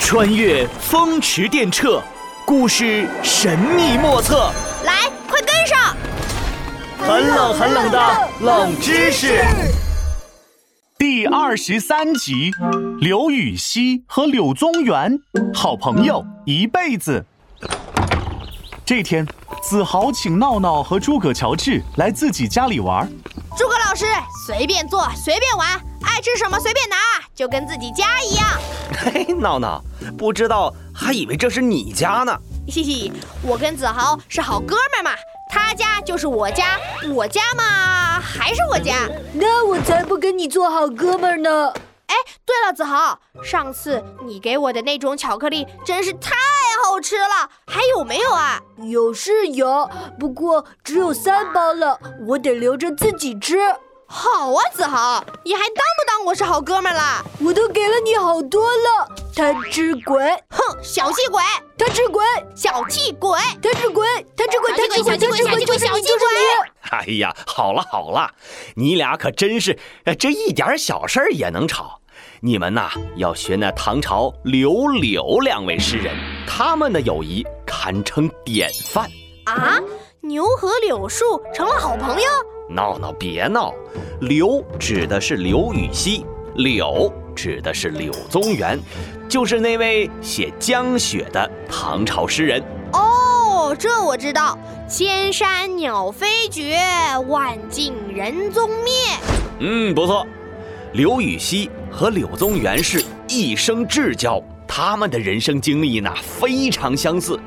穿越风驰电掣，故事神秘莫测，来，快跟上！很冷很冷的冷知识。第二十三集，刘禹锡和柳宗元，好朋友一辈子。这天，子豪请闹闹和诸葛乔治来自己家里玩儿。诸葛老师，随便做，随便玩，爱吃什么随便拿，就跟自己家一样。嘿，闹闹，不知道还以为这是你家呢。嘿嘿，我跟子豪是好哥们儿嘛，他家就是我家，我家嘛还是我家。那我才不跟你做好哥们儿呢！哎，对了，子豪，上次你给我的那种巧克力真是太好吃了，还有没有啊？有是有，不过只有三包了，我得留着自己吃。好啊，子豪，你还当不当我是好哥们儿啦？我都给了你好多了，贪吃鬼，哼，小气鬼，贪吃鬼，小气鬼！贪吃鬼，贪吃鬼，贪吃鬼，贪吃鬼，就是你，就是你！ 哎呀，好了好了，你俩可真是，呃这一点小事儿也能吵。你们呐、要学那唐朝刘柳两位诗人，他们的友谊堪称典范。啊，牛和柳树成了好朋友？闹闹，别闹！刘指的是刘禹锡，柳指的是柳宗元，就是那位写江雪的唐朝诗人。哦，这我知道，千山鸟飞绝，万径人踪灭。嗯，不错。刘禹锡和柳宗元是一生至交，他们的人生经历呢非常相似。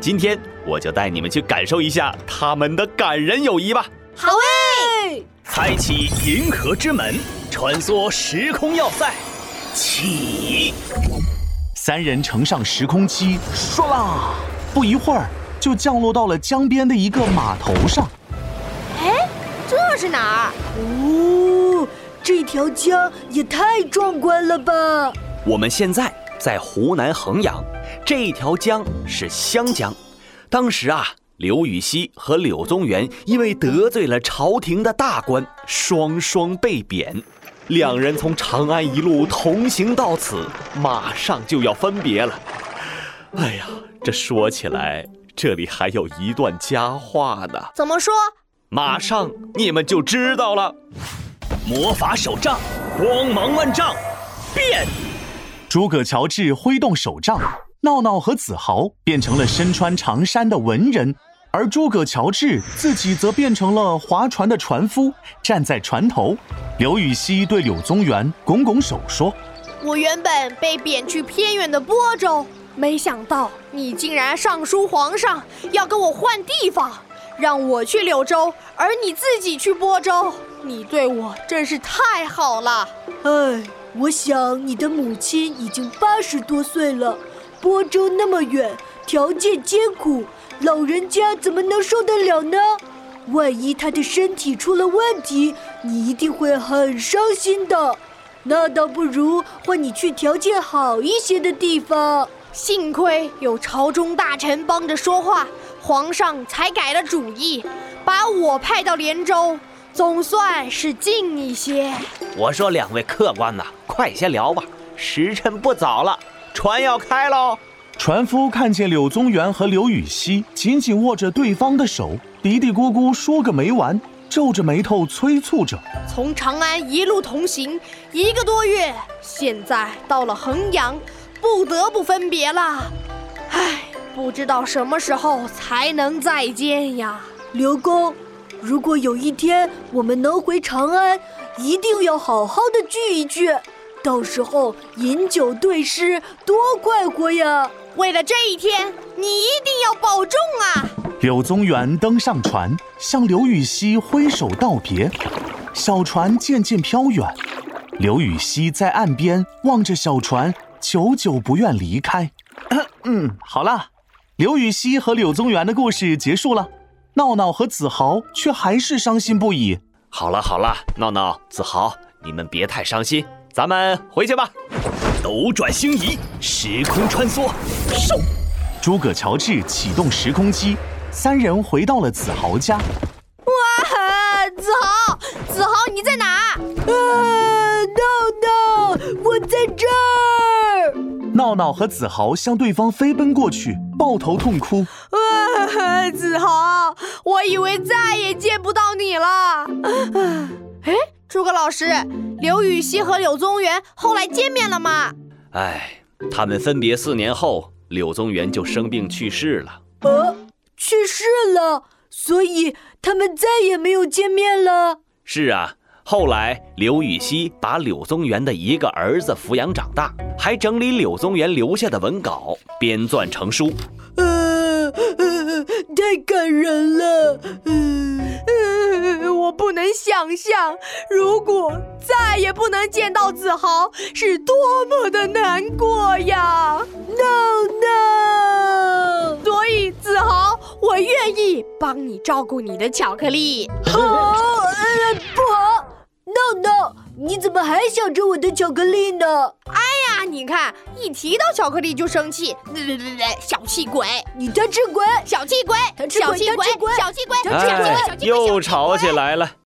今天我就带你们去感受一下他们的感人友谊吧。好诶，哎，开启银河之门，穿梭时空要塞，起！三人乘上时空机，唰啦！不一会儿就降落到了江边的一个码头上。这是哪儿？哦，这条江也太壮观了吧！我们现在在湖南衡阳，这条江是湘江。当时啊，刘禹锡和柳宗元因为得罪了朝廷的大官，双双被贬。两人从长安一路同行到此，马上就要分别了。哎呀，这说起来，这里还有一段佳话呢，怎么说？马上你们就知道了。魔法手杖，光芒万丈，变！诸葛乔治挥动手杖，闹闹和子豪变成了身穿长衫的文人，而诸葛乔治自己则变成了划船的船夫，站在船头。刘禹锡对柳宗元拱拱手说我原本被贬去偏远的播州，没想到你竟然上书皇上，要跟我换地方，让我去柳州，而你自己去播州。你对我真是太好了。哎，我想你的母亲已经八十多岁了，播州那么远，条件艰苦，老人家怎么能受得了呢？万一他的身体出了问题，你一定会很伤心的。那倒不如换你去条件好一些的地方。幸亏有朝中大臣帮着说话，皇上才改了主意，把我派到连州，总算是近一些。我说两位客官呐、快些聊吧，时辰不早了，船要开喽。：“船夫看见柳宗元和刘禹锡紧紧握着对方的手，嘀嘀咕咕说个没完，皱着眉头催促着。”从长安一路同行一个多月，现在到了衡阳，不得不分别啦。唉，不知道什么时候才能再见呀！刘公，如果有一天我们能回长安，一定要好好的聚一聚，到时候饮酒对诗，多快活呀！为了这一天，你一定要保重啊！柳宗元登上船，向刘禹锡挥手道别。小船渐渐飘远，刘禹锡在岸边望着小船，久久不愿离开。 嗯，好啦，刘禹锡和柳宗元的故事结束了。闹闹和子豪却还是伤心不已。好了好了，闹闹、子豪，你们别太伤心，咱们回去吧。斗转星移，时空穿梭，嗖！诸葛乔治启动时空机，三人回到了子豪家。啊，子豪，子豪你在哪？呃啊，闹闹，我在这儿！闹闹闹和子豪向对方飞奔过去，抱头痛哭。呃啊，子豪，我以为再也见不到你了。哎，诸葛老师，刘禹锡和柳宗元后来见面了吗？哎，他们分别四年后，柳宗元就生病去世了。呃，去世了，所以他们再也没有见面了。是啊，后来刘禹锡把柳宗元的一个儿子抚养长大，还整理柳宗元留下的文稿，编撰成书。呃，呃太感人了。呃，呃，我不能想象，如果再也不能见到子豪，是多么的难过呀！闹闹，所以，子豪，我愿意帮你照顾你的巧克力。好，哦呃，不好，闹闹，你怎么还想着我的巧克力呢？哎呀，你看，一提到巧克力就生气，呃小气鬼，你贪吃鬼！小气鬼，他吃小鬼气他吃鬼小气鬼，小气鬼，小气鬼，小气鬼哎哎，又吵起来了。